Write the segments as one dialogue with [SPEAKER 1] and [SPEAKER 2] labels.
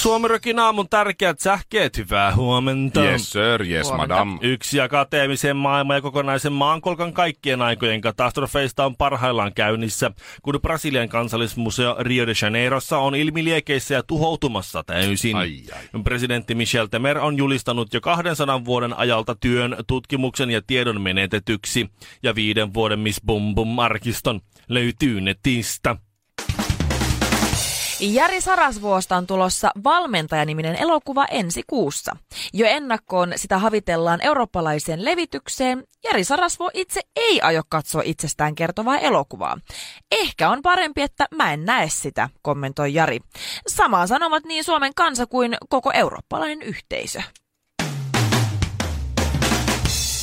[SPEAKER 1] Suomirokin aamun tärkeät sähkeet, hyvää huomenta.
[SPEAKER 2] Yes sir, yes
[SPEAKER 3] Huomenta.
[SPEAKER 2] madam.
[SPEAKER 1] Yksi akateemisen maailman ja kokonaisen maankolkan kaikkien aikojen katastrofeista on parhaillaan käynnissä, kun Brasilian kansallismuseo Rio de Janeirossa on ilmiliekeissä ja tuhoutumassa täysin.
[SPEAKER 2] Ai, ai.
[SPEAKER 1] Presidentti Michel Temer on julistanut jo 200 vuoden ajalta työn, tutkimuksen ja tiedon menetetyksi, ja viiden vuoden Miss Bum Bum arkiston löytyy netistä.
[SPEAKER 3] Jari Sarasvuosta on tulossa valmentajaniminen elokuva ensi kuussa. Jo ennakkoon sitä havitellaan eurooppalaiseen levitykseen. Jari Sarasvuo itse ei aio katsoa itsestään kertovaa elokuvaa. Ehkä on parempi, että mä en näe sitä, kommentoi Jari. Samaa sanovat niin Suomen kansa kuin koko eurooppalainen yhteisö.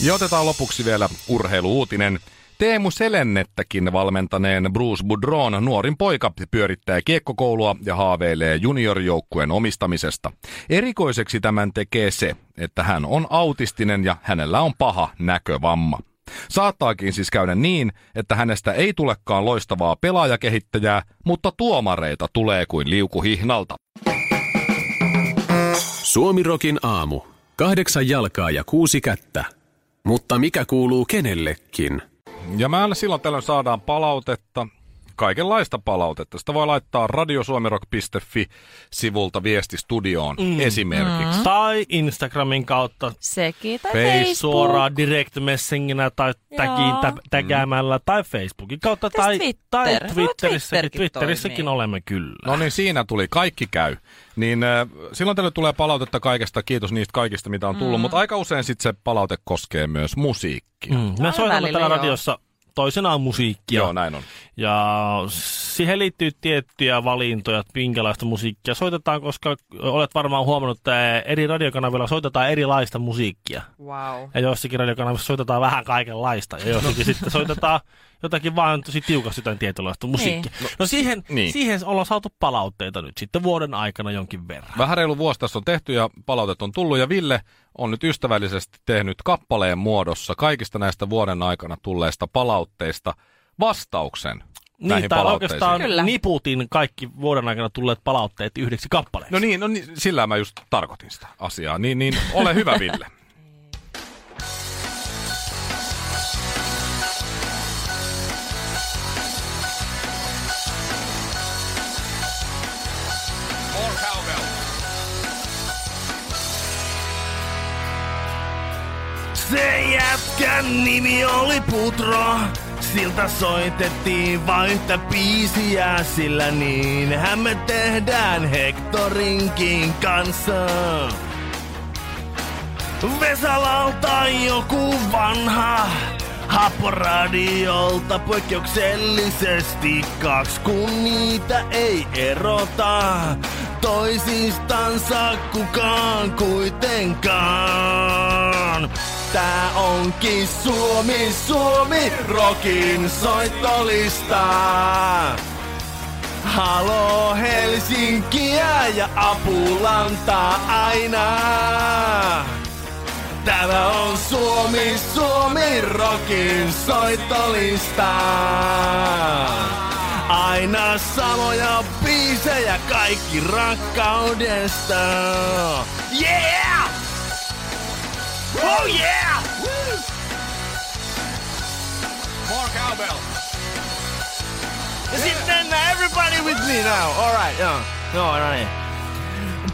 [SPEAKER 2] Ja otetaan lopuksi vielä urheiluuutinen. Teemu Selennettäkin valmentaneen Bruce Boudron nuorin poika pyörittää kiekkokoulua ja haaveilee juniorijoukkueen omistamisesta. Erikoiseksi tämän tekee se, että hän on autistinen ja hänellä on paha näkövamma. Saattaakin siis käydä niin, että hänestä ei tulekaan loistavaa pelaajakehittäjää, mutta tuomareita tulee kuin liukuhihnalta.
[SPEAKER 4] Suomirokin aamu. Kahdeksan jalkaa ja kuusi kättä. Mutta mikä kuuluu kenellekin?
[SPEAKER 2] Ja me aina silloin tällöin saadaan palautetta, kaikenlaista palautetta. Sitä voi laittaa radiosuomirock.fi-sivulta viesti studioon mm. esimerkiksi.
[SPEAKER 1] Tai Instagramin kautta
[SPEAKER 3] Sekin tai
[SPEAKER 2] Face-
[SPEAKER 3] Facebook.
[SPEAKER 1] suoraan direct messenginä tai täkiin
[SPEAKER 3] Joo. Mm.
[SPEAKER 1] tä- tägäämällä tai Facebookin kautta
[SPEAKER 3] Mitäs
[SPEAKER 1] tai,
[SPEAKER 3] Twitter?
[SPEAKER 1] tai
[SPEAKER 3] No,
[SPEAKER 1] Twitterissäkin.
[SPEAKER 3] Twitterkin
[SPEAKER 1] Twitterissäkin
[SPEAKER 3] toimii.
[SPEAKER 1] olemme kyllä.
[SPEAKER 2] No niin, siinä tuli. Kaikki käy. Niin äh, silloin tällöin tulee palautetta kaikesta. Kiitos niistä kaikista, mitä on tullut. Mm. Mutta aika usein sitten se palaute koskee myös musiikkia. Mm.
[SPEAKER 1] Mm. Me
[SPEAKER 3] Aina
[SPEAKER 1] soitamme
[SPEAKER 3] välillä,
[SPEAKER 1] täällä
[SPEAKER 3] joo.
[SPEAKER 1] radiossa toisenaan musiikkia.
[SPEAKER 2] Joo, näin on.
[SPEAKER 1] Ja siihen liittyy tiettyjä valintoja, että minkälaista musiikkia soitetaan, koska olet varmaan huomannut, että eri radiokanavilla soitetaan erilaista musiikkia.
[SPEAKER 3] Wow.
[SPEAKER 1] Ja jossakin radiokanavissa soitetaan vähän kaikenlaista. Ja jossakin sitten soitetaan jotakin vaan tosi tiukasti jotain tietynlaista musiikkia. No, no siihen, niin.
[SPEAKER 2] niin.
[SPEAKER 1] siihen ollaan saatu palautteita nyt sitten vuoden aikana jonkin verran.
[SPEAKER 2] Vähän reilu vuosi tässä on tehty ja palautet on tullut ja Ville on nyt ystävällisesti tehnyt kappaleen muodossa kaikista näistä vuoden aikana tulleista palautteista vastauksen näihin
[SPEAKER 1] Niin, tai
[SPEAKER 2] palautteisiin.
[SPEAKER 1] oikeastaan Kyllä.
[SPEAKER 3] Kyllä.
[SPEAKER 1] niputin kaikki vuoden aikana tulleet palautteet yhdeksi kappaleeksi.
[SPEAKER 2] No niin, no niin, sillä mä just tarkoitin sitä asiaa. Niin, niin ole hyvä Ville.
[SPEAKER 1] Se jätkän nimi oli Putro. Siltä soitettiin vain yhtä biisiä, sillä niinhän me tehdään Hektorinkin kanssa. Vesalalta joku vanha, Happoradiolta poikkeuksellisesti kaksi, kun niitä ei erota toisistansa kukaan kuitenkaan. Tää onkin Suomi, Suomi, rokin soittolista. Halo Helsinkiä ja apulantaa aina. Täällä on Suomi, Suomi, rokin soittolista. Aina samoja biisejä, kaikki rakkaudesta. Yeah! Oh yeah!
[SPEAKER 2] More cowbell.
[SPEAKER 1] Ja sitten everybody with me now. Alright, joo. Joo, no niin.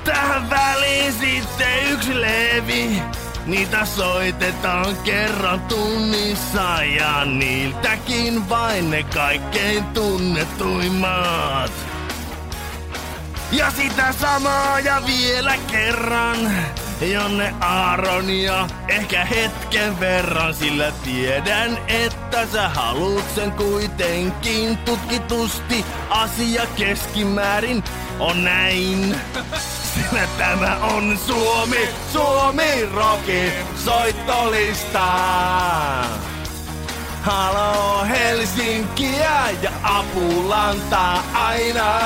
[SPEAKER 1] Tähän väliin sitten yksi levi. Niitä soitetaan kerran tunnissa ja niiltäkin vain ne kaikkein tunnetuimmat. Ja sitä samaa ja vielä kerran, jonne Aaronia ehkä hetken verran, sillä tiedän, että sä haluut sen kuitenkin tutkitusti. Asia keskimäärin on näin. Sillä tämä on Suomi, Suomi roki soittolista.
[SPEAKER 5] Halo Helsinkiä ja apulantaa aina.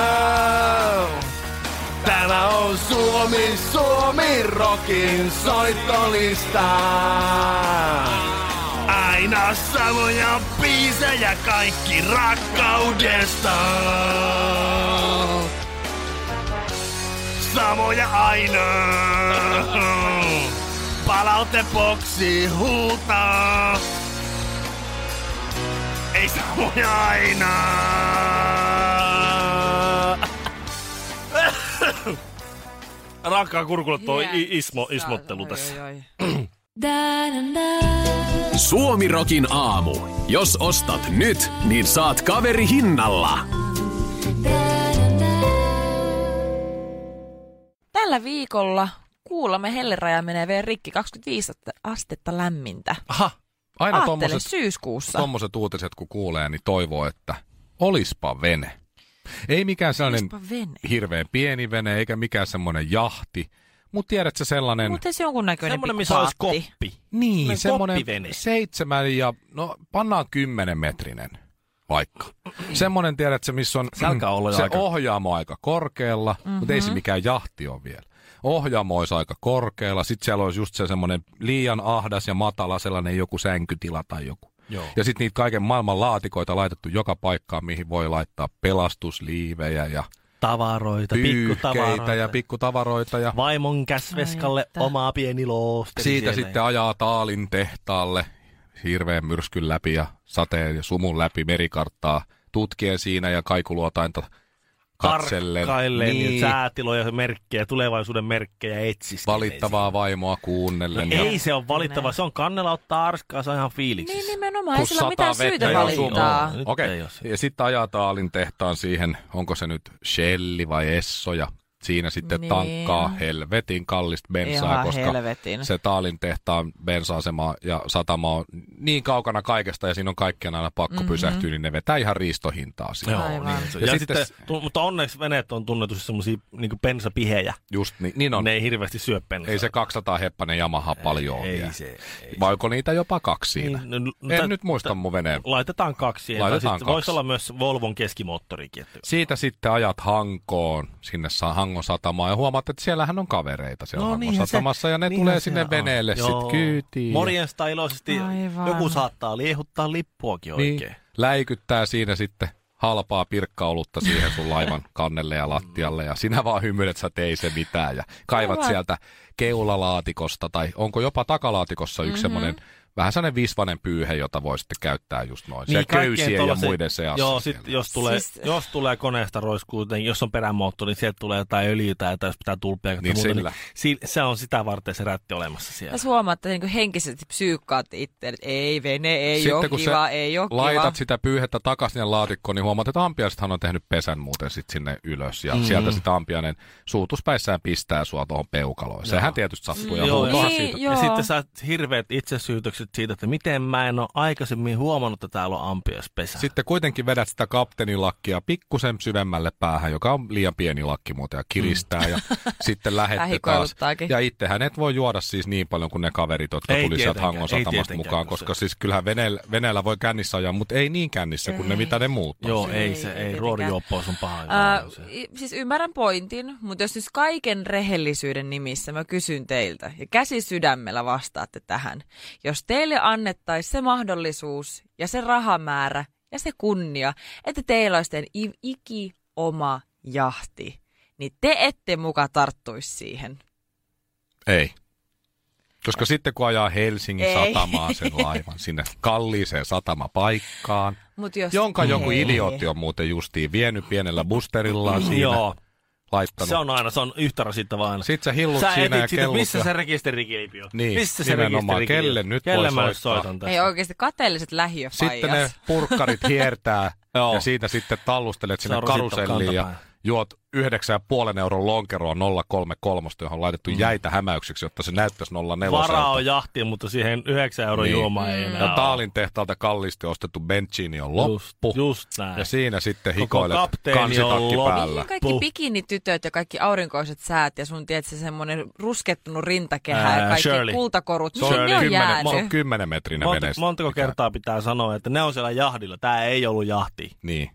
[SPEAKER 5] Täällä on Suomi, Suomi, rokin soittolista. Aina samoja biisejä kaikki rakkaudesta. Samoja aina. Palauteboksi huutaa. Ei samoja aina.
[SPEAKER 1] Rankkaa kurkulle tuo i- ismo,
[SPEAKER 3] Jeesus.
[SPEAKER 1] ismottelu tässä.
[SPEAKER 3] Oi, oi,
[SPEAKER 4] Suomirokin aamu. Jos ostat nyt, niin saat kaveri hinnalla.
[SPEAKER 3] oi. Tällä viikolla kuullamme helleraja menee vielä rikki 25 astetta lämmintä.
[SPEAKER 2] Aha. Aina
[SPEAKER 3] Aattele
[SPEAKER 2] tommoset,
[SPEAKER 3] syyskuussa.
[SPEAKER 2] tommoset uutiset, kun kuulee, niin toivoo, että olispa vene. Ei mikään sellainen
[SPEAKER 3] Olispa vene.
[SPEAKER 2] hirveän pieni vene, eikä mikään semmoinen jahti. Mutta tiedätkö sellainen...
[SPEAKER 3] Mutta se jonkunnäköinen
[SPEAKER 1] Semmoinen,
[SPEAKER 3] pikku
[SPEAKER 1] missä olisi
[SPEAKER 3] paatti.
[SPEAKER 1] koppi.
[SPEAKER 2] Niin,
[SPEAKER 1] Semmoinen
[SPEAKER 2] semmoinen
[SPEAKER 1] koppivene.
[SPEAKER 2] seitsemän ja, no pannaan kymmenen metrinen vaikka. Semmoinen tiedät se, missä on
[SPEAKER 1] Se alkaa olla jo
[SPEAKER 2] se
[SPEAKER 1] aika- Mhm.
[SPEAKER 2] ohjaamo aika korkealla, mm-hmm. mutta ei se mikään jahti ole vielä. Ohjaamo olisi aika korkealla, sitten siellä olisi just se semmoinen liian ahdas ja matala sellainen joku sänkytila tai joku.
[SPEAKER 1] Joo.
[SPEAKER 2] Ja sitten niitä kaiken maailman laatikoita laitettu joka paikkaan, mihin voi laittaa pelastusliivejä ja
[SPEAKER 1] Tavaroita,
[SPEAKER 2] pyyhkeitä ja pikkutavaroita. Ja
[SPEAKER 1] Vaimon käsveskalle omaa pieni loosteri.
[SPEAKER 2] siitä sitten ajaa Taalin tehtaalle hirveän myrskyn läpi ja sateen ja sumun läpi merikarttaa tutkien siinä ja kaikuluotainta katsellen.
[SPEAKER 1] Tarkkailleen niin. säätiloja, merkkejä, tulevaisuuden merkkejä etsiskelen.
[SPEAKER 2] valittavaa vaimoa kuunnellen.
[SPEAKER 1] No
[SPEAKER 2] ja
[SPEAKER 1] ei se on valittava, se on kannella ottaa arskaa, se on ihan fiiliksissä.
[SPEAKER 3] Niin nimenomaan, ei
[SPEAKER 2] kun
[SPEAKER 3] sillä ole
[SPEAKER 2] sataa
[SPEAKER 3] mitään
[SPEAKER 2] vettä
[SPEAKER 3] syytä
[SPEAKER 2] ja
[SPEAKER 1] sumu.
[SPEAKER 3] valittaa.
[SPEAKER 1] Joo. Nyt
[SPEAKER 2] Okei,
[SPEAKER 1] ei
[SPEAKER 2] okay.
[SPEAKER 1] oo sitä.
[SPEAKER 2] ja sitten ajaa Taalin tehtaan siihen, onko se nyt Shelli vai Esso ja siinä sitten
[SPEAKER 3] Niin.
[SPEAKER 2] niin. tankkaa helvetin kallista bensaa,
[SPEAKER 3] Ihan
[SPEAKER 2] koska
[SPEAKER 3] helvetin.
[SPEAKER 2] se Taalin tehtaan bensa-asema ja satama on niin kaukana kaikesta ja siinä on kaikkien aina pakko mm-hmm. pysähtyä, niin ne vetää ihan riistohintaa siinä.
[SPEAKER 1] Mhm. Joo,
[SPEAKER 3] Aivan.
[SPEAKER 1] niin se on.
[SPEAKER 2] Ja
[SPEAKER 1] ja
[SPEAKER 2] sitten-
[SPEAKER 1] sitten, tu- mutta onneksi veneet on tunnetusti semmoisia niin pensapihejä.
[SPEAKER 2] Just niin, niin on.
[SPEAKER 1] Ne ei hirveästi syö pensaa.
[SPEAKER 2] Ei se 200 heppanen Yamaha paljon ole
[SPEAKER 1] ei
[SPEAKER 2] vielä.
[SPEAKER 1] se- ei
[SPEAKER 2] Vai onko niitä jopa kaksi siinä?
[SPEAKER 1] Niin, no, no,
[SPEAKER 2] en
[SPEAKER 1] tä-
[SPEAKER 2] nyt muista
[SPEAKER 1] tä-
[SPEAKER 2] mun veneen.
[SPEAKER 1] Laitetaan kaksi siihen.
[SPEAKER 2] Laitetaan
[SPEAKER 1] Laitetaan kaksi.
[SPEAKER 2] kaksi.
[SPEAKER 1] Voisi olla myös Volvon keskimoottorikin. Että...
[SPEAKER 2] Siitä sitten ajat Hankoon, sinne saa Hangon satamaan ja huomaat, että siellähän on kavereita siellä no, Hangon satamassa ja ne tulee sinne on. veneelle sitten kyytiin.
[SPEAKER 1] Morjesta iloisesti.
[SPEAKER 3] Aivan.
[SPEAKER 1] Joku saattaa liehuttaa lippuakin
[SPEAKER 2] ja, niin,
[SPEAKER 1] oikein.
[SPEAKER 2] läikyttää siinä sitten halpaa pirkkaolutta siihen sun laivan kannelle ja lattialle ja sinä vaan hymyilet, sä tei se mitään ja kaivat
[SPEAKER 3] Aivan.
[SPEAKER 2] sieltä keulalaatikosta tai onko jopa takalaatikossa
[SPEAKER 3] Mhm.
[SPEAKER 2] yksi mm-hmm. semmoinen vähän sellainen visvanen pyyhe, jota voi sitten käyttää just noin. Niin,
[SPEAKER 1] kaikkien
[SPEAKER 2] köysien ja
[SPEAKER 1] tollasen-
[SPEAKER 2] muiden seassa.
[SPEAKER 1] Joo, sit,
[SPEAKER 2] siellä.
[SPEAKER 1] jos, tulee,
[SPEAKER 3] Siis-
[SPEAKER 1] siis... jos tulee koneesta roiskuu, niin jos on perämoottori, niin sieltä tulee jotain öljyä tai jotain, jos pitää tulpia. ja
[SPEAKER 2] Niin
[SPEAKER 1] muuta,
[SPEAKER 2] sillä.
[SPEAKER 1] Niin, si- se on sitä varten se rätti olemassa siellä.
[SPEAKER 3] Jos huomaat, että niin henkisesti psyykkaat itse, että ei vene, ei
[SPEAKER 2] Sitten
[SPEAKER 3] ole
[SPEAKER 2] kun
[SPEAKER 3] kiva,
[SPEAKER 2] sä
[SPEAKER 3] ei ole
[SPEAKER 2] laitat
[SPEAKER 3] kiva.
[SPEAKER 2] sitä pyyhettä takaisin sinne laatikkoon, niin huomaat, että ampiaisethan on tehnyt pesän muuten sit sinne ylös.
[SPEAKER 3] Mhm.
[SPEAKER 2] Ja mm. sieltä sitä ampiainen suutuspäissään pistää sua tuohon peukaloon. Sehän tietysti sattuu ja
[SPEAKER 1] Joo,
[SPEAKER 2] huutohan
[SPEAKER 3] niin,
[SPEAKER 2] siitä.
[SPEAKER 3] joo.
[SPEAKER 1] Ja sitten sä oot hirveät itsesyytökset siitä, että miten mä en ole aikaisemmin huomannut, että täällä on ampiaispesä.
[SPEAKER 2] Sitten kuitenkin vedät sitä kapteenilakkia pikkusen syvemmälle päähän, joka on liian pieni lakki muuten ja kiristää ja sitten lähette taas.
[SPEAKER 3] Mm. Lähikoiluttaakin.
[SPEAKER 2] Ja itsehän et voi juoda siis niin paljon kuin ne kaverit, jotka
[SPEAKER 1] Ei
[SPEAKER 2] tuli sieltä
[SPEAKER 1] tietenkään,
[SPEAKER 2] Hangon
[SPEAKER 1] ei
[SPEAKER 2] satamasta
[SPEAKER 1] tietenkään,
[SPEAKER 2] mukaan,
[SPEAKER 1] kun
[SPEAKER 2] koska
[SPEAKER 1] se-
[SPEAKER 2] siis kyllähän veneellä, veneellä voi kännissä ajaa, mutta ei niin kännissä kuin ne mitä ne muut on.
[SPEAKER 1] Joo,
[SPEAKER 3] Se
[SPEAKER 1] ei
[SPEAKER 3] ei
[SPEAKER 1] se, ei.
[SPEAKER 3] tietenkään.
[SPEAKER 1] Ruorijuoppaus on paha.
[SPEAKER 3] Ää,
[SPEAKER 1] Joo, niin se-
[SPEAKER 3] i- siis ymmärrän pointin, mutta jos nyt kaiken rehellisyyden nimissä mä kysyn teiltä ja käsi sydämellä vastaatte tähän. Jos teille annettaisiin se mahdollisuus ja se rahamäärä ja se kunnia, että teillä olisi teidän i- iki oma jahti, niin te ette muka tarttuisi siihen.
[SPEAKER 2] Ei. Koska sitten kun ajaa Helsingin
[SPEAKER 3] Ei.
[SPEAKER 2] satamaan sen laivan sinne kalliiseen satamapaikkaan,
[SPEAKER 3] Mut jos
[SPEAKER 2] jonka
[SPEAKER 3] ei.
[SPEAKER 2] joku idiootti on muuten justiin vienyt pienellä busterillaan siinä,
[SPEAKER 1] Mm, Joo,
[SPEAKER 2] laittanut.
[SPEAKER 1] se on aina, se on yhtä rasittavaa aina.
[SPEAKER 2] Sitten sä hillut
[SPEAKER 1] Sä
[SPEAKER 2] siinä ja
[SPEAKER 1] etit sitä,
[SPEAKER 2] kellut.
[SPEAKER 1] missä
[SPEAKER 2] ja-
[SPEAKER 1] se rekisterikilpi on.
[SPEAKER 2] Niin,
[SPEAKER 1] missä se
[SPEAKER 2] nimenomaan.
[SPEAKER 1] rekisterikilpi on?
[SPEAKER 2] Kelle nyt
[SPEAKER 1] Kelle
[SPEAKER 2] voi
[SPEAKER 1] mä nyt
[SPEAKER 2] soittaa?
[SPEAKER 1] soitan
[SPEAKER 3] Ei
[SPEAKER 1] tässä?
[SPEAKER 3] oikeasti kateelliset lähiöfaijat.
[SPEAKER 2] Sitten ne purkkarit hiertää
[SPEAKER 1] Joo.
[SPEAKER 2] ja siitä sitten tallustelet sinne
[SPEAKER 1] on rasittaa
[SPEAKER 2] karuselliin ja
[SPEAKER 1] kantapää.
[SPEAKER 2] juot 9,5 euron lonkeroon 033, johon on laitettu mm. jäitä hämäykseksi, jotta se näyttäisi 04.
[SPEAKER 1] Varaa on jahti, mutta siihen 9 euron
[SPEAKER 2] Niin.
[SPEAKER 1] niin. juoma ei enää
[SPEAKER 2] Ja Taalin tehtaalta kallisti ostettu benchini on
[SPEAKER 1] ole.
[SPEAKER 2] loppu.
[SPEAKER 1] Just, just näin.
[SPEAKER 2] Ja siinä sitten
[SPEAKER 1] Koko
[SPEAKER 2] hikoilet
[SPEAKER 1] kapteeni
[SPEAKER 2] kansitakki
[SPEAKER 1] on loppu.
[SPEAKER 2] päällä.
[SPEAKER 3] Mihin kaikki bikinitytöt ja kaikki aurinkoiset säät ja sun tiedät se semmoinen ruskettunut rintakehä ja
[SPEAKER 1] Ää,
[SPEAKER 3] kaikki
[SPEAKER 1] Shirley.
[SPEAKER 3] kultakorut.
[SPEAKER 2] Se on,
[SPEAKER 3] Mihin ne on
[SPEAKER 2] kymmenen, mä
[SPEAKER 3] jäänyt?
[SPEAKER 2] oon kymmenen metrinä
[SPEAKER 1] Monta,
[SPEAKER 2] veneestä.
[SPEAKER 1] montako kertaa pitää sanoa, että ne on siellä jahdilla. Tämä ei ollut jahti.
[SPEAKER 2] Niin.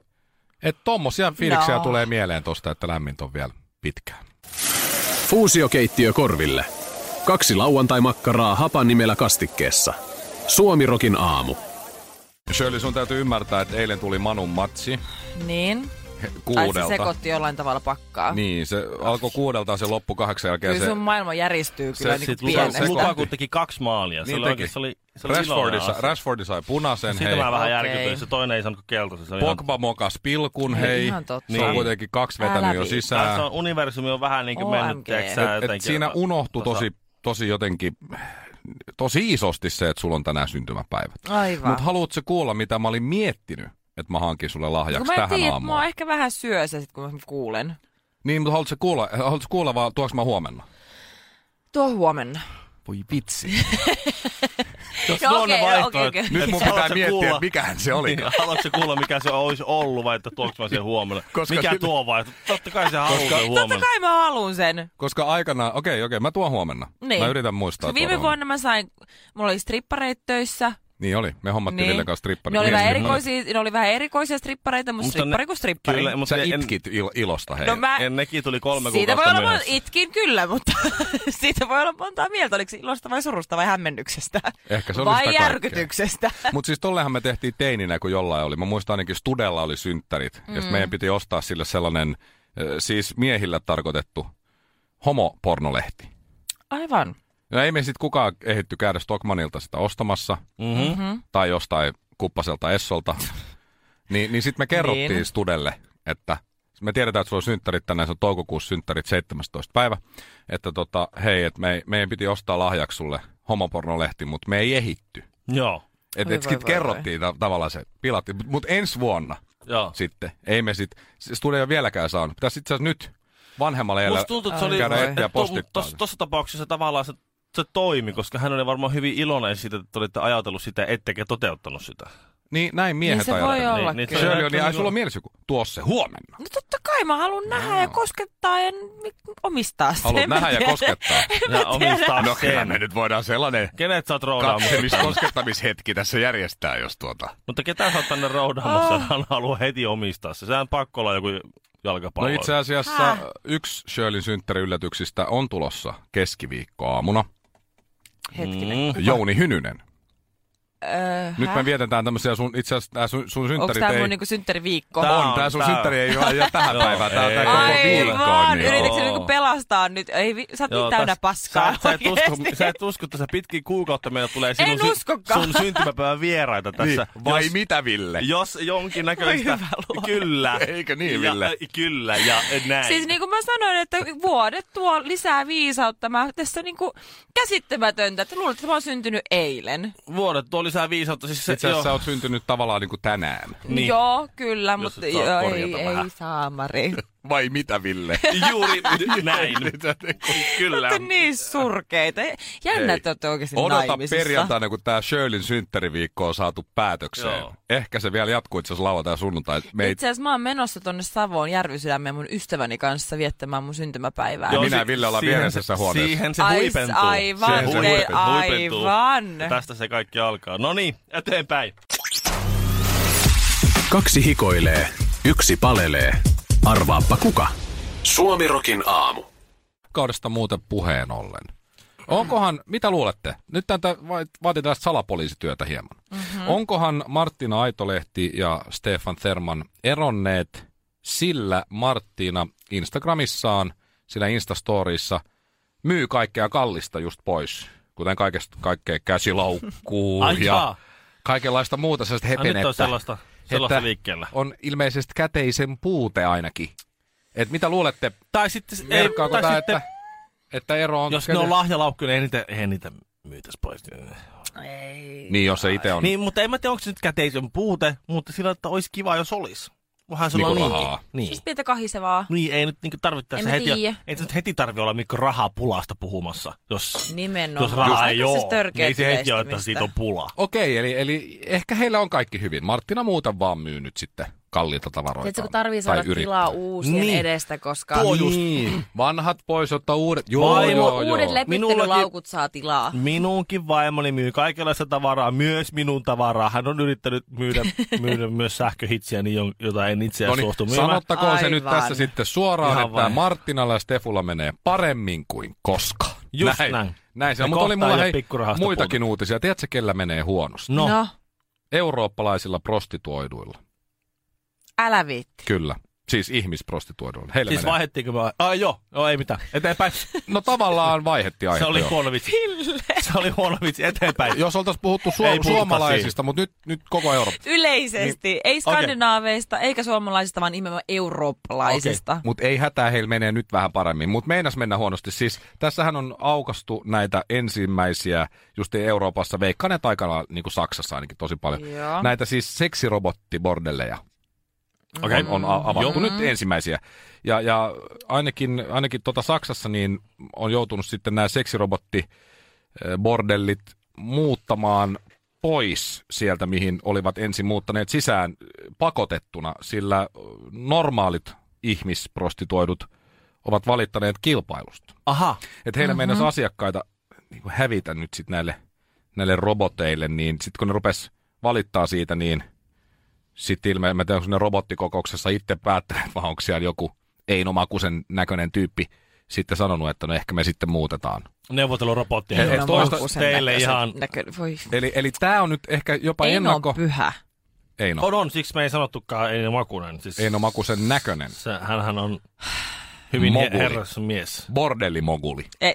[SPEAKER 2] Et tommosia fiiliksiä
[SPEAKER 3] No.
[SPEAKER 2] tulee mieleen tosta, että lämmintä on vielä pitkään.
[SPEAKER 4] Fuusiokeittiö korville. Kaksi lauantai-makkaraa hapan nimellä kastikkeessa. Suomirokin aamu.
[SPEAKER 2] Shirley, sun täytyy ymmärtää, että eilen tuli Manun matsi
[SPEAKER 3] Niin.
[SPEAKER 2] he-
[SPEAKER 3] Tai se
[SPEAKER 2] kuudelta.
[SPEAKER 3] sekoitti jollain tavalla pakkaa.
[SPEAKER 2] niin, se alkoi kuudelta ja se loppu kahdeksan jälkeen.
[SPEAKER 3] Kyllä
[SPEAKER 2] Se
[SPEAKER 3] sun maailma järjistyy kyllä niin
[SPEAKER 1] Sitten
[SPEAKER 3] kuin
[SPEAKER 1] Lukaku,
[SPEAKER 3] pienestä.
[SPEAKER 2] se-
[SPEAKER 1] Lukaku teki kaksi maalia. Se
[SPEAKER 2] Niin
[SPEAKER 1] oli,
[SPEAKER 2] teki.
[SPEAKER 1] oikein, se oli, se oli iloinen
[SPEAKER 2] Rashfordi, sa,
[SPEAKER 1] asia.
[SPEAKER 2] Rashfordi sai punaisen,
[SPEAKER 1] Siitä
[SPEAKER 2] hei.
[SPEAKER 1] mä vähän
[SPEAKER 3] Okei.
[SPEAKER 1] järkytyin. Se toinen ei saanut kuin keltaisen. Se oli ihan-
[SPEAKER 2] Pogba mokas pilkun, hei.
[SPEAKER 3] Ihan totta.
[SPEAKER 2] Se on
[SPEAKER 1] Niin.
[SPEAKER 2] kuitenkin kaksi vetänyt
[SPEAKER 3] Älä
[SPEAKER 2] jo
[SPEAKER 3] vi-
[SPEAKER 2] sisään.
[SPEAKER 1] Tässä on universumi on vähän niin kuin mennyt,
[SPEAKER 3] OMG.
[SPEAKER 1] tiedätkö sä,
[SPEAKER 2] Et, et
[SPEAKER 1] jotenkin-
[SPEAKER 2] siinä unohtui
[SPEAKER 1] tuossa-
[SPEAKER 2] tosi, tosi jotenkin, tosi isosti se, että sulla on tänään syntymäpäivä.
[SPEAKER 3] Aivan.
[SPEAKER 2] Mutta haluatko kuulla, mitä mä olin miettinyt, että mä hankin sulle
[SPEAKER 3] Kun
[SPEAKER 2] lahjaksi
[SPEAKER 3] No mä en
[SPEAKER 2] tähän
[SPEAKER 3] tiedä,
[SPEAKER 2] aamuun?
[SPEAKER 3] mua ehkä vähän syö se, sit, kun mä kuulen.
[SPEAKER 2] Niin, mutta haluatko kuulla, haluatko kuulla vaan tuoks mä huomenna?
[SPEAKER 3] Tuo huomenna.
[SPEAKER 2] Voi vitsi.
[SPEAKER 1] Jos
[SPEAKER 3] No
[SPEAKER 1] no,
[SPEAKER 3] okei,
[SPEAKER 1] okay,
[SPEAKER 3] joo,
[SPEAKER 1] vaihtoehto.
[SPEAKER 3] okei, okei.
[SPEAKER 2] Nyt
[SPEAKER 1] Et
[SPEAKER 2] mun pitää
[SPEAKER 1] haluatko
[SPEAKER 2] miettiä,
[SPEAKER 1] kuulla-
[SPEAKER 2] että mikähän se oli.
[SPEAKER 1] Niin, haluatko kuulla, mikä se olisi ollut vai että tuoksi mä sen huomenna?
[SPEAKER 2] Koska
[SPEAKER 1] Koska mikä
[SPEAKER 2] sillä-
[SPEAKER 1] tuo vaihtoehto? Totta kai se haluaa sen
[SPEAKER 3] Totta
[SPEAKER 1] huomenna.
[SPEAKER 3] kai mä haluun sen.
[SPEAKER 2] Koska aikanaan, okei, okei, mä tuon huomenna.
[SPEAKER 3] Niin.
[SPEAKER 2] Mä yritän muistaa.
[SPEAKER 3] Koska
[SPEAKER 2] tuoda
[SPEAKER 3] viime
[SPEAKER 2] huomenna.
[SPEAKER 3] vuonna mä sain, mulla oli strippareit töissä.
[SPEAKER 2] Niin oli, me hommattiin niin. Villen kanssa stripparit.
[SPEAKER 3] ne, oli vähän
[SPEAKER 2] Niin.
[SPEAKER 3] erikoisia, ne oli vähän erikoisia strippareita, mutta,
[SPEAKER 1] Mutta
[SPEAKER 3] strippari
[SPEAKER 1] ne-
[SPEAKER 3] kuin strippari.
[SPEAKER 1] kyllä, mut-
[SPEAKER 2] Sä
[SPEAKER 1] En-
[SPEAKER 2] itkit il- ilosta hei.
[SPEAKER 3] no mä,
[SPEAKER 1] En nekin tuli kolme
[SPEAKER 3] siitä voi
[SPEAKER 1] kuukautta
[SPEAKER 3] olla, mon-
[SPEAKER 1] myöhässä.
[SPEAKER 3] itkin kyllä, mutta siitä voi olla montaa mieltä. Oliko se ilosta vai surusta vai hämmennyksestä?
[SPEAKER 2] Ehkä se oli
[SPEAKER 3] vai
[SPEAKER 2] sitä kaikkea.
[SPEAKER 3] järkytyksestä?
[SPEAKER 2] Mutta siis tollehan me tehtiin teininä, kun jollain oli. Mä muistan ainakin Studella oli synttärit. Mm. Ja sit meidän piti ostaa sille sellainen, ö, siis miehillä tarkoitettu homopornolehti.
[SPEAKER 3] Aivan. Niin
[SPEAKER 2] No ei me sitten kukaan ehitty käydä Stockmanilta sitä ostamassa. Mm-hmm. Tai jostain kuppaselta Essolta. niin, niin sitten me kerrottiin niin.
[SPEAKER 3] Niin.
[SPEAKER 2] Studelle, että me tiedetään, että sulla on synttärit tänään, se on toukokuussa synttärit 17. päivä. Että tota, hei, että me, meidän piti ostaa lahjaksi sulle homopornolehti, mutta me ei ehitty.
[SPEAKER 1] Joo,
[SPEAKER 2] Et,
[SPEAKER 3] Oi
[SPEAKER 2] et
[SPEAKER 3] voi
[SPEAKER 2] sit
[SPEAKER 3] voi
[SPEAKER 2] kerrottiin ta- tavallaan se, pilattiin. Mutta mut ensi vuonna
[SPEAKER 1] joo.
[SPEAKER 2] sitten, ei me sit, se studio ei ole vieläkään saanut. Pitäisi itse asiassa nyt vanhemmalle elää
[SPEAKER 1] Musta tuntuu, että se oli...
[SPEAKER 2] käydä etsiä
[SPEAKER 1] to- mut
[SPEAKER 2] postittaa.
[SPEAKER 1] tossa- Tossa tapauksessa tavallaan se, se toimi, koska hän oli varmaan hyvin iloinen siitä, että te olitte ajatellut sitä, ettekä toteuttanut sitä.
[SPEAKER 2] Niin näin miehet
[SPEAKER 3] niin se voi
[SPEAKER 2] ajattelee.
[SPEAKER 3] olla
[SPEAKER 1] niin,
[SPEAKER 3] niin,
[SPEAKER 1] se-
[SPEAKER 3] kyllä.
[SPEAKER 2] Shirley on niin, ai sulla on mielessä joku, tuo se huomenna.
[SPEAKER 3] No totta kai mä haluan nähdä ja koskettaa ja mi- omistaa sen.
[SPEAKER 2] Haluat
[SPEAKER 3] En mä
[SPEAKER 2] nähdä ja
[SPEAKER 3] tiedä. Ah,
[SPEAKER 2] koskettaa.
[SPEAKER 1] Ja omistaa
[SPEAKER 2] No kyllä me
[SPEAKER 1] sen.
[SPEAKER 2] nyt voidaan sellainen
[SPEAKER 1] Kenet sä oot roudaamassa?
[SPEAKER 2] katsomis-koskettamishetki tässä järjestää, jos tuota...
[SPEAKER 1] Mutta ketä sä oot tänne roudaamassa?
[SPEAKER 3] Ah.
[SPEAKER 1] Hän haluaa heti omistaa se. Sehän pakko olla joku
[SPEAKER 2] No
[SPEAKER 1] jalkapallo.
[SPEAKER 2] itse asiassa Häh? yksi Shirleyn synttäriyllätyksistä on tulossa keskiviikkoaamuna.
[SPEAKER 3] Mm. Hetkinen.
[SPEAKER 1] Mm.
[SPEAKER 2] Jouni Hynynen.
[SPEAKER 3] Öö,
[SPEAKER 2] Nyt
[SPEAKER 3] häh?
[SPEAKER 2] me vietetään tämmöisiä sun, itse asiassa tää sun, sun
[SPEAKER 3] Onks
[SPEAKER 2] synttärit
[SPEAKER 3] tää
[SPEAKER 2] ei...
[SPEAKER 3] mun niinku synttäriviikko?
[SPEAKER 1] Tää
[SPEAKER 2] On, tää sun
[SPEAKER 1] Tää on.
[SPEAKER 2] synttäri ei ole ja tähän
[SPEAKER 1] Joo,
[SPEAKER 2] päivään, tää on tää
[SPEAKER 1] ei.
[SPEAKER 2] koko
[SPEAKER 1] Ai
[SPEAKER 2] viikkoon.
[SPEAKER 3] Aivan,
[SPEAKER 2] Niin.
[SPEAKER 3] yritätkö
[SPEAKER 1] Joo.
[SPEAKER 3] niinku pelastaa nyt? Ei, vi- sä oot niin täynnä
[SPEAKER 1] täs-
[SPEAKER 3] paskaa
[SPEAKER 1] Sä, sä, et usko,
[SPEAKER 3] oikeesti.
[SPEAKER 1] sä et usko, että sä pitkin kuukautta meillä tulee sinun,
[SPEAKER 3] En
[SPEAKER 1] sy-
[SPEAKER 3] uskokaan.
[SPEAKER 1] sun syntymäpäivän vieraita tässä.
[SPEAKER 2] Niin, Vai
[SPEAKER 1] jos,
[SPEAKER 2] mitä, Ville?
[SPEAKER 1] Jos jonkin näköistä.
[SPEAKER 3] hyvä luoja.
[SPEAKER 1] Kyllä.
[SPEAKER 2] Eikö niin,
[SPEAKER 1] Ja,
[SPEAKER 2] Ville?
[SPEAKER 1] äh, kyllä, ja äh, näin.
[SPEAKER 3] Siis niin kuin mä sanoin, että vuodet tuo lisää viisautta. Mä tässä on niin kuin käsittämätöntä, että luulet, että mä oon syntynyt eilen.
[SPEAKER 1] Vuodet tuo lisää viisautta. Siis se,
[SPEAKER 2] Itse asiassa sä
[SPEAKER 1] joo.
[SPEAKER 2] oot syntynyt tavallaan niin kuin tänään.
[SPEAKER 1] Niin.
[SPEAKER 3] Joo, kyllä,
[SPEAKER 1] Jos
[SPEAKER 3] mutta
[SPEAKER 1] et saa
[SPEAKER 3] joo, ei,
[SPEAKER 1] korjata vähän.
[SPEAKER 3] ei saamari.
[SPEAKER 2] Vai mitä, Ville?
[SPEAKER 1] Juuri näin. kyllä.
[SPEAKER 3] Olette niin surkeita. Jännä,
[SPEAKER 2] Hei.
[SPEAKER 3] että olette oikeasti
[SPEAKER 2] Odota
[SPEAKER 3] naimisissa.
[SPEAKER 2] perjantaina, kun tämä Shirleyn synttäriviikko on saatu päätökseen. Joo.
[SPEAKER 1] Joo.
[SPEAKER 2] Ehkä se vielä jatkuu itse asiassa lauantai ja sunnuntai. Me ei,
[SPEAKER 3] Itse asiassa mä oon menossa tonne Savoon Järvysydämeen mun ystäväni kanssa viettämään mun syntymäpäivää.
[SPEAKER 2] Joo,
[SPEAKER 3] Joo,
[SPEAKER 2] minä ja
[SPEAKER 1] si-
[SPEAKER 2] Ville ollaan
[SPEAKER 1] siihen
[SPEAKER 2] viereisessä
[SPEAKER 1] se-
[SPEAKER 2] huoneessa.
[SPEAKER 1] Siihen se
[SPEAKER 3] Ai-
[SPEAKER 1] huipentuu.
[SPEAKER 3] aivan,
[SPEAKER 1] Siihen
[SPEAKER 2] ne-
[SPEAKER 1] huipentuu.
[SPEAKER 3] aivan.
[SPEAKER 1] Ja tästä se kaikki alkaa. No niin, eteenpäin.
[SPEAKER 4] Kaksi hikoilee, yksi palelee. Arvaappa kuka? Suomirokin aamu.
[SPEAKER 2] kaudesta muuten puheen ollen. Onkohan, mitä luulette? Nyt tätä vai- vaatii tällaista salapoliisityötä hieman. Mm-hmm. Onkohan Martina Aitolehti ja Stefan Therman eronneet sillä Martina Instagramissaan, sillä Instastorissa myy kaikkea kallista just pois. Kuten kaikesta, kaikkea käsilaukkuu
[SPEAKER 1] Ai
[SPEAKER 2] ja
[SPEAKER 1] jaa.
[SPEAKER 2] kaikenlaista muuta sellaista
[SPEAKER 1] Ah, nyt
[SPEAKER 2] hepenettä.
[SPEAKER 1] on sellaista, sellaista liikkeellä.
[SPEAKER 2] On ilmeisesti käteisen puute ainakin. Et mitä luulette,
[SPEAKER 1] Tai sitten, ei,
[SPEAKER 2] Merkkaako
[SPEAKER 1] tai
[SPEAKER 2] tämä,
[SPEAKER 1] sitten
[SPEAKER 2] että, että ero on...
[SPEAKER 1] jos ne on lahjalaukkuja, niin ei niitä, ei niitä myytäisi pois.
[SPEAKER 2] Niin, jos se itse on.
[SPEAKER 1] Niin, mutta en mä tiedä, onko se nyt käteisen puute, mutta sillä, että olisi kiva, jos olisi. Voihan sulla
[SPEAKER 2] Niinku
[SPEAKER 1] niinkin.
[SPEAKER 2] rahaa.
[SPEAKER 1] Niin.
[SPEAKER 3] Siis pientä kahisevaa.
[SPEAKER 1] Niin, ei nyt niin tarvittaessa
[SPEAKER 3] En mä
[SPEAKER 1] heti,
[SPEAKER 3] tiedä.
[SPEAKER 1] ei nyt heti tarvi olla niinku rahapulasta puhumassa, jos,
[SPEAKER 3] Nimenomaan.
[SPEAKER 1] jos rahaa
[SPEAKER 3] Aika
[SPEAKER 1] ei
[SPEAKER 3] siis
[SPEAKER 1] ole,
[SPEAKER 3] törkeä
[SPEAKER 1] niin se heti on, että
[SPEAKER 3] yleistämistä.
[SPEAKER 1] siitä on pula.
[SPEAKER 2] Okei, eli, eli ehkä heillä on kaikki hyvin. Marttina muuta vaan myy nyt sitten kalliita tavaroita.
[SPEAKER 3] Tiedätkö, kun tarvii saada tilaa uusien
[SPEAKER 1] Niin.
[SPEAKER 3] edestä, koska
[SPEAKER 1] Tuo ju-
[SPEAKER 2] Niin. Vanhat pois, ottaa uudet. Joo,
[SPEAKER 1] Vaimo-
[SPEAKER 2] joo, joo.
[SPEAKER 3] uudet lepittelylaukut
[SPEAKER 1] Minullakin-
[SPEAKER 3] saa tilaa.
[SPEAKER 1] Minunkin vaimoni myy kaikenlaista tavaraa, myös minun tavaraa. Hän on yrittänyt myydä, myydä myös sähköhitsiä, niin jon- jota en itse
[SPEAKER 2] No
[SPEAKER 1] asiassa suostu
[SPEAKER 2] niin,
[SPEAKER 1] myymään.
[SPEAKER 2] sanottakoon se nyt
[SPEAKER 3] Aivan.
[SPEAKER 2] tässä sitten suoraan,
[SPEAKER 1] Ihan
[SPEAKER 2] Ihan että
[SPEAKER 1] vain.
[SPEAKER 2] Marttinalla ja Stefulla menee paremmin kuin koskaan.
[SPEAKER 1] Just näin.
[SPEAKER 2] Näin se
[SPEAKER 1] Ja
[SPEAKER 2] on, mutta
[SPEAKER 1] kohta
[SPEAKER 2] oli
[SPEAKER 1] ei
[SPEAKER 2] mulla
[SPEAKER 1] ole
[SPEAKER 2] hei,
[SPEAKER 1] pikkurahasta
[SPEAKER 2] muitakin
[SPEAKER 1] puutetta.
[SPEAKER 2] uutisia. Tiedätkö, kellä menee huonosti?
[SPEAKER 1] No,
[SPEAKER 3] no,
[SPEAKER 2] Eurooppalaisilla prostituoiduilla.
[SPEAKER 3] älä viitti.
[SPEAKER 2] Kyllä. Siis ihmisprostituoiduilla. Heillä
[SPEAKER 1] siis
[SPEAKER 2] menee.
[SPEAKER 1] vaihdettiinko me? Ai joo, joo ei mitään. Eteenpäin.
[SPEAKER 2] No tavallaan vaihetti
[SPEAKER 1] se
[SPEAKER 2] aihetta
[SPEAKER 1] oli
[SPEAKER 2] jo.
[SPEAKER 1] huono vitsi. Se oli huono vitsi. Eteenpäin.
[SPEAKER 2] Jos oltaisiin puhuttu
[SPEAKER 1] Ei
[SPEAKER 2] suom-
[SPEAKER 1] puhuta
[SPEAKER 2] suomalaisista, mutta nyt, nyt koko Eurooppa.
[SPEAKER 3] Yleisesti, niin, ei skandinaaveista, okay. eikä suomalaisista, vaan nimenomaan eurooppalaisista. Okay.
[SPEAKER 2] Mutta ei hätää, heillä menee nyt vähän paremmin. Mutta meinas mennä huonosti. Siis tässähän on aukastu näitä ensimmäisiä, just Euroopassa, veikkaneet aikana niin kuin Saksassa ainakin tosi paljon.
[SPEAKER 3] Joo.
[SPEAKER 2] Näitä siis seksirobottibordelleja
[SPEAKER 1] Okei.
[SPEAKER 2] okay. on, on a- avattu nyt ensimmäisiä. Ja, ja ainakin, ainakin tuota Saksassa niin on joutunut sitten nämä seksirobottibordellit muuttamaan pois sieltä, mihin olivat ensin muuttaneet sisään pakotettuna, sillä normaalit ihmisprostituoidut ovat valittaneet kilpailusta.
[SPEAKER 1] Aha.
[SPEAKER 2] Että heillä mm-hmm. meinasi asiakkaita niin kuin hävitä nyt sit näille, näille roboteille, niin sitten kun ne rupes valittaa siitä, niin sitten ilme, mä tiedän, onko ne robottikokouksessa itse päättäneet, vai onko siellä joku Eino Makusen näköinen tyyppi sitten sanonut, että no ehkä me sitten muutetaan.
[SPEAKER 1] Neuvotelurobotti.
[SPEAKER 2] Et- et
[SPEAKER 1] Joo.
[SPEAKER 2] toista-
[SPEAKER 1] teille ihan...
[SPEAKER 3] Näkö, voi.
[SPEAKER 2] Eli, eli tämä on nyt ehkä jopa
[SPEAKER 3] Ei
[SPEAKER 2] ennakko...
[SPEAKER 3] on pyhä.
[SPEAKER 2] Eino,
[SPEAKER 1] No. On, on, siksi me ei sanottukaan Eino Makunen. Siis
[SPEAKER 2] Eino Makusen näkönen.
[SPEAKER 1] se, hänhän on hyvin
[SPEAKER 2] Moguli.
[SPEAKER 1] he- herrasmies.
[SPEAKER 2] Bordellimoguli.
[SPEAKER 3] Ei,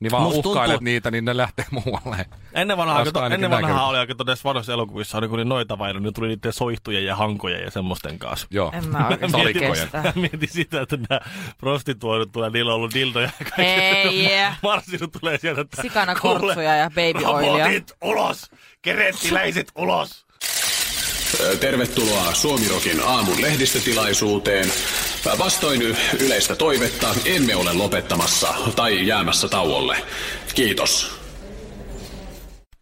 [SPEAKER 2] niin vaan
[SPEAKER 1] Musta
[SPEAKER 2] uhkailet
[SPEAKER 1] tuntuu-
[SPEAKER 2] niitä, niin ne lähtee muualle.
[SPEAKER 1] Ennen vanhaa,
[SPEAKER 2] Koska ainakin
[SPEAKER 1] ennen vanhaa
[SPEAKER 2] näkyy.
[SPEAKER 1] oli aika todessa vanhoissa elokuvissa, oli kun oli noita vailla, niin tuli niiden soihtuja ja hankoja ja semmoisten kanssa.
[SPEAKER 2] Joo.
[SPEAKER 3] En mä oikein
[SPEAKER 2] Solikkojen.
[SPEAKER 3] kestä.
[SPEAKER 1] Mietin sitä, että nämä prostituoidut tulee, niillä on ollut dildoja ja kaikkea.
[SPEAKER 3] Hei, yeah.
[SPEAKER 1] Marsinut tulee sieltä. että
[SPEAKER 3] Sikana
[SPEAKER 1] kuule,
[SPEAKER 3] kurtsuja ja baby oilia.
[SPEAKER 1] Robotit ulos! Kerettiläiset ulos!
[SPEAKER 4] Ö, Tervetuloa Suomirokin aamun lehdistötilaisuuteen. Ö, Vastoin yleistä toivetta, emme ole lopettamassa tai jäämässä tauolle. Kiitos.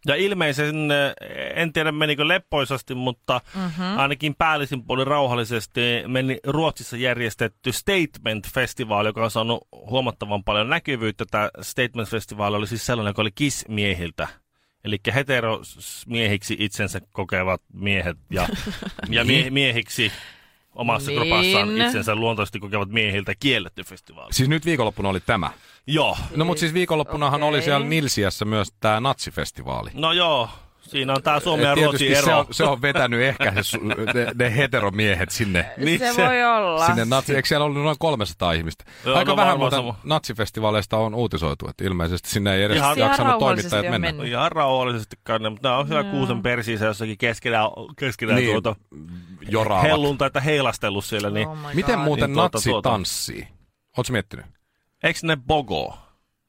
[SPEAKER 1] Ja ilmeisen, eh, en tiedä menikö leppoisasti, mutta mm-hmm. ainakin päällisin puolin rauhallisesti meni Ruotsissa järjestetty Statement-festivaali, joka on saanut huomattavan paljon näkyvyyttä. Tämä Statement-festivaali oli siis sellainen, joka oli kismiehiltä. Eli heterosmiehiksi itsensä kokevat miehet ja, ja mie- miehiksi omassa
[SPEAKER 3] Niin.
[SPEAKER 1] niin. kropassaan itsensä luontaisesti kokevat miehiltä kielletty festivaali.
[SPEAKER 2] Siis nyt viikonloppuna oli tämä.
[SPEAKER 1] Joo.
[SPEAKER 2] No mutta siis viikonloppunahan
[SPEAKER 3] Okei.
[SPEAKER 2] oli siellä Nilsiässä myös tämä natsifestivaali.
[SPEAKER 1] No joo, siinä on tämä Suomen
[SPEAKER 2] Et
[SPEAKER 1] ja Ruotsin ero.
[SPEAKER 2] Eh, se on, se on vetänyt ehkä se, su- ne, ne heteromiehet sinne.
[SPEAKER 1] Niin
[SPEAKER 3] se,
[SPEAKER 1] se-
[SPEAKER 3] voi olla.
[SPEAKER 2] Sinne natsi, eikö siellä ollut noin 300 ihmistä?
[SPEAKER 1] Joo,
[SPEAKER 2] Aika
[SPEAKER 1] no varmaan
[SPEAKER 2] vähän muuten
[SPEAKER 1] sama.
[SPEAKER 2] natsifestivaaleista on uutisoitu, että ilmeisesti sinne ei edes
[SPEAKER 1] Ihan-
[SPEAKER 3] Ihan
[SPEAKER 2] jaksanut
[SPEAKER 3] rauhallisesti
[SPEAKER 2] toimittajat
[SPEAKER 3] on
[SPEAKER 2] mennä.
[SPEAKER 3] mennyt.
[SPEAKER 1] No Ihan rauhallisesti kanne, mutta nämä on siellä kuusen persiissä jossakin keskellä, keskellä niin. tuota
[SPEAKER 2] joraavat.
[SPEAKER 1] helluntaita heilastellut siellä, niin
[SPEAKER 3] Oh my
[SPEAKER 2] Miten
[SPEAKER 3] God.
[SPEAKER 2] muuten
[SPEAKER 1] Niin,
[SPEAKER 2] natsi
[SPEAKER 1] tuota,
[SPEAKER 2] natsit
[SPEAKER 1] tuota.
[SPEAKER 2] tanssii? Ootko miettinyt?
[SPEAKER 1] eikö ne bogo?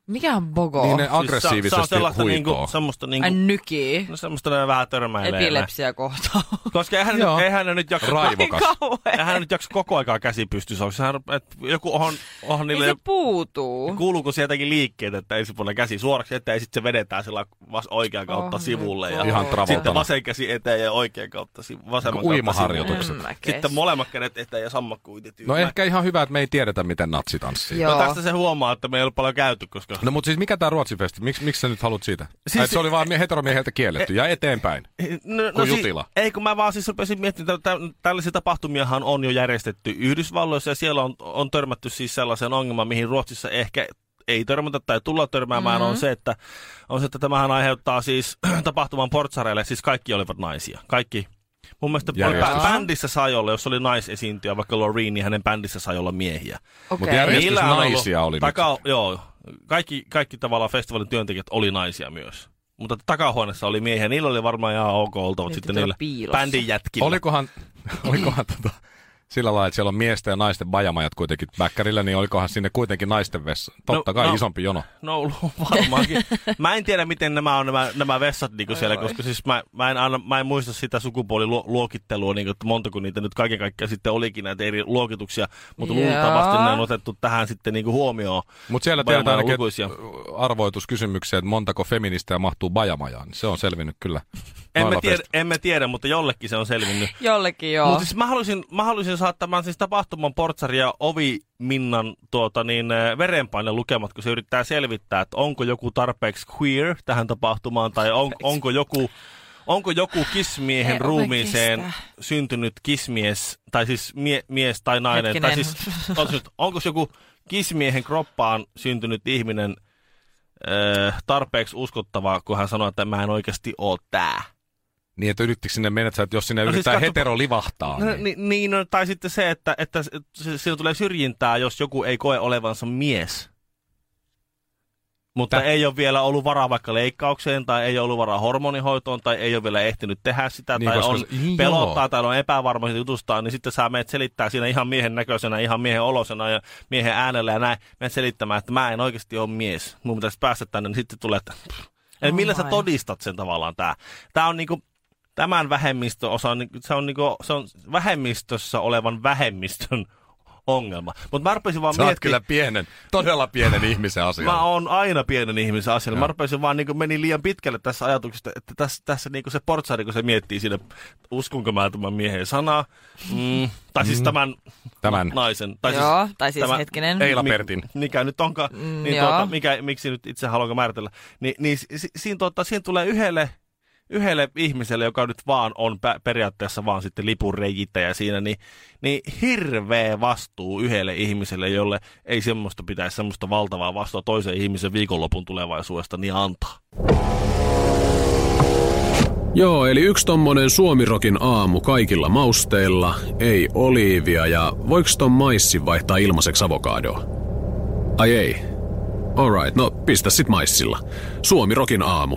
[SPEAKER 3] Mikä on bogo?
[SPEAKER 2] Niin ne
[SPEAKER 1] se, se on
[SPEAKER 2] aggressiivisesti
[SPEAKER 1] Siis sellaista
[SPEAKER 2] huikoo.
[SPEAKER 1] niinku, semmoista niinku,
[SPEAKER 3] Ai nyki.
[SPEAKER 1] no semmoista ne vähän törmäilee.
[SPEAKER 3] Epilepsia kohtaa.
[SPEAKER 1] Koska eihän, ne
[SPEAKER 2] Joo.
[SPEAKER 1] nyt, eihän ne nyt jaksa...
[SPEAKER 2] Raivokas.
[SPEAKER 3] Kauhean.
[SPEAKER 1] Eihän ne nyt jaksa koko aikaa käsi pystyssä. Onko sehän, et joku on, on
[SPEAKER 3] Niin
[SPEAKER 1] niille...
[SPEAKER 3] se puutuu.
[SPEAKER 1] Kuuluuko sieltäkin liikkeet, että ensin pannaan käsi suoraksi eteen ja sitten se vedetään sillä vas- oikean kautta
[SPEAKER 3] Oh,
[SPEAKER 1] sivulle.
[SPEAKER 3] my
[SPEAKER 1] Ja
[SPEAKER 3] God.
[SPEAKER 2] Ihan
[SPEAKER 1] sitten
[SPEAKER 2] travoltana.
[SPEAKER 1] vasen käsi eteen ja oikean kautta, si- vasemman kautta sivulle.
[SPEAKER 2] Uimaharjoitukset.
[SPEAKER 3] En mä kestä.
[SPEAKER 1] Sitten molemmat kädet eteen ja sammakkuitit.
[SPEAKER 2] No ehkä ihan hyvä, että me ei tiedetä, miten natsi tanssii.
[SPEAKER 3] Joo.
[SPEAKER 1] No tästä se huomaa, että me ei ole paljon käyty, koska...
[SPEAKER 2] No mutta siis mikä tämä Ruotsifesti? Miks, miksi sä nyt haluat siitä? Siis,
[SPEAKER 1] Siis-
[SPEAKER 2] Ai, et se oli vaan mie- heteromieheltä kielletty ja eteenpäin.
[SPEAKER 1] No,
[SPEAKER 2] Kun
[SPEAKER 1] siis-
[SPEAKER 2] jutila.
[SPEAKER 1] ei, kun mä vaan siis rupesin miettimään, että tä- tällaisia tapahtumiahan on jo järjestetty Yhdysvalloissa ja siellä on, on törmätty siis sellaiseen ongelmaan, mihin Ruotsissa ehkä ei törmätä tai tulla törmäämään, mm-hmm. on, se, että, on se, että tämähän aiheuttaa siis tapahtuman portsareille, siis kaikki olivat naisia. Kaikki Mun mielestä
[SPEAKER 2] Järjestys.
[SPEAKER 1] bä- bändissä sai olla, jos oli naisesiintyjä, vaikka Loreen, niin hänen bändissä sai olla miehiä.
[SPEAKER 2] Mutta
[SPEAKER 3] Okei.
[SPEAKER 2] järjestys
[SPEAKER 1] Niillä on ollut-
[SPEAKER 2] naisia oli nyt.
[SPEAKER 1] taka, Joo, kaikki, kaikki tavallaan festivaalin työntekijät oli naisia myös. Mutta takahuoneessa oli miehiä, niillä oli varmaan ihan ok oltavat
[SPEAKER 3] Nyt
[SPEAKER 1] sitten
[SPEAKER 3] pitää olla
[SPEAKER 1] niillä
[SPEAKER 3] piilossa.
[SPEAKER 1] bändin jätkillä.
[SPEAKER 2] Olikohan, olikohan tota, sillä lailla, että siellä on miesten ja naisten bajamajat kuitenkin väkkärillä, niin olikohan sinne kuitenkin naisten vessa? Totta
[SPEAKER 1] No,
[SPEAKER 2] kai
[SPEAKER 1] no.
[SPEAKER 2] isompi jono.
[SPEAKER 1] No varmaankin. Mä en tiedä, miten nämä on nämä, nämä vessat niinku siellä, koska siis mä, mä, en anna, mä en muista sitä sukupuoliluokittelua, niinku, että montako niitä nyt kaiken kaikkiaan sitten olikin näitä eri luokituksia, mutta
[SPEAKER 3] Joo.
[SPEAKER 1] luultavasti ne on otettu tähän sitten niinku huomioon.
[SPEAKER 2] Mutta siellä
[SPEAKER 1] Bajamajan
[SPEAKER 2] tiedetään ainakin
[SPEAKER 1] lukuisia.
[SPEAKER 2] että arvoituskysymykseen, että montako feministejä mahtuu bajamajaan. niin Se on selvinnyt kyllä.
[SPEAKER 1] Emme
[SPEAKER 2] Maailman
[SPEAKER 1] tiedä,
[SPEAKER 2] festi-
[SPEAKER 1] emme tiedä, mutta jollekin se on selvinnyt.
[SPEAKER 3] Jollekin joo.
[SPEAKER 1] Mutta siis mä haluaisin, mä haluaisin saada tämän siis tapahtuman portsaria Ovi Minnan tuota, niin, eh, verenpaine lukemat, kun se yrittää selvittää, että onko joku tarpeeksi queer tähän tapahtumaan tai on, onko joku... Onko joku
[SPEAKER 3] Ei
[SPEAKER 1] kismiehen
[SPEAKER 3] ole
[SPEAKER 1] ruumiiseen
[SPEAKER 3] kestää.
[SPEAKER 1] syntynyt kismies, tai siis mie, mies tai nainen, tai
[SPEAKER 3] Hetkinen.
[SPEAKER 1] siis onko, nyt, onko se joku kismiehen kroppaan syntynyt ihminen ö, tarpeeksi uskottavaa, kun hän sanoo, että mä en oikeasti oo tää?
[SPEAKER 2] Niin, että yrittikö sinne mennä, että jos sinne
[SPEAKER 1] No
[SPEAKER 2] no,
[SPEAKER 1] siis
[SPEAKER 2] yrittää siis
[SPEAKER 1] katso-
[SPEAKER 2] hetero livahtaa.
[SPEAKER 1] No,
[SPEAKER 2] niin.
[SPEAKER 1] niin, niin no, tai sitten se, että, että se- se- siinä tulee syrjintää, jos joku ei koe olevansa mies. Mutta
[SPEAKER 2] Tä-
[SPEAKER 1] ei ole vielä ollut varaa vaikka leikkaukseen, tai ei ole ollut varaa hormonihoitoon, tai ei ole vielä ehtinyt tehdä sitä, niin,
[SPEAKER 2] Niin,
[SPEAKER 1] tai
[SPEAKER 2] koska
[SPEAKER 1] on
[SPEAKER 2] se- niin,
[SPEAKER 1] pelottaa,
[SPEAKER 2] joo.
[SPEAKER 1] tai on epävarma siitä jutustaan, niin sitten sä menet selittää siinä ihan miehen näköisenä, ihan miehen olosena ja miehen äänellä ja näin. Menet selittämään, että mä en oikeasti ole mies, mun pitäisi päästä tänne, niin sitten tulee, että... Eli
[SPEAKER 3] Oh
[SPEAKER 1] millä sä
[SPEAKER 3] my.
[SPEAKER 1] todistat sen tavallaan tää? Tää on niinku tämän vähemmistöosan, niin se on, niinku, se on vähemmistössä olevan vähemmistön ongelma. Mutta mä rupesin vaan
[SPEAKER 2] Sä oot
[SPEAKER 1] miettimään,
[SPEAKER 2] kyllä pienen, todella pienen ihmisen
[SPEAKER 1] mä
[SPEAKER 2] asialla.
[SPEAKER 1] oon aina pienen ihmisen asialla. Mä rupesin vaan, niinku, meni liian pitkälle tässä ajatuksesta, että tässä, tässä niinku se portsari, kun se miettii siinä, uskonko mä tämän miehen sanaa, mm, tai siis tämän,
[SPEAKER 2] Tämän.
[SPEAKER 1] naisen, tai siis
[SPEAKER 3] joo, tai siis
[SPEAKER 1] tämä-
[SPEAKER 3] hetkinen.
[SPEAKER 2] Eila Pertin.
[SPEAKER 1] Niin, Mi- mikä nyt onkaan,
[SPEAKER 3] Mm,
[SPEAKER 1] niin
[SPEAKER 3] joo.
[SPEAKER 1] tuota, mikä, miksi nyt itse haluanko määritellä. Ni, niin si, si, siinä, tuota, siinä tulee yhdelle, yhdelle ihmiselle, joka nyt vaan on pä, periaatteessa vaan sitten lipun reikittäjä siinä, niin, niin hirveä vastuu yhdelle ihmiselle, jolle ei semmoista pitäisi semmoista valtavaa vastuuta toisen ihmisen viikonlopun tulevaisuudesta niin antaa.
[SPEAKER 4] Joo, eli yksi tommonen suomirokin aamu kaikilla mausteilla, ei oliivia ja voiks ton maissi vaihtaa ilmaiseksi avokadoa? Ai ei. Alright, no pistä sit maissilla. Suomirokin aamu.